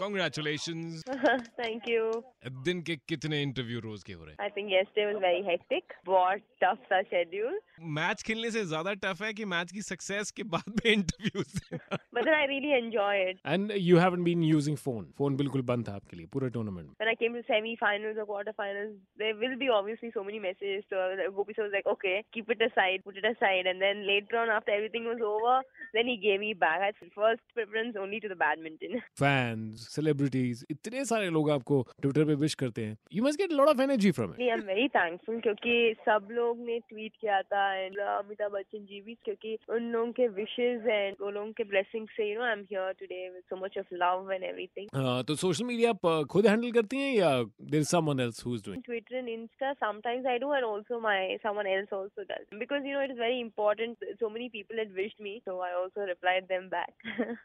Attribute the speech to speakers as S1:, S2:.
S1: Congratulation
S2: Thank you.
S1: दिन के कितने इंटरव्यू रोज के हो रहे
S2: I think yesterday was very hectic. What tough a schedule.
S1: हैं मैच खेलने से ज्यादा टफ है कि मैच की सक्सेस के बाद भी interviews
S2: But then I really enjoy it.
S3: And you haven't been using phone phone बिल्कुल बंद था आपके लिए पूरे टूर्नामेंट में
S2: When I came to semi-finals or quarter-finals, there will be obviously so many messages. So I was like, Gopi sir was like, okay, keep it aside, put it aside. And then later on, after everything was over, then he gave me back. I had first preference only to the badminton.
S3: Fans celebrities इतने सारे लोग आपको Twitter पे wish करते हैं you must get lot of energy from it
S2: इसलिए I am very thankful क्योंकि सब लोग ने ट्वीट किया था एंड अमिताभ बच्चन जी भी क्योंकि उन लोगों के विशेस एंड वो लोगों के ब्लेसिंग से you know I am here today with so much of love and everything
S3: तो सोशल मीडिया आप uh, खुद हैंडल करती हैं या there is someone else who is doing
S2: Twitter and Insta, sometimes I do, and also my someone else also does. Because you know it is very important. So many people had wished me, so I also replied them back.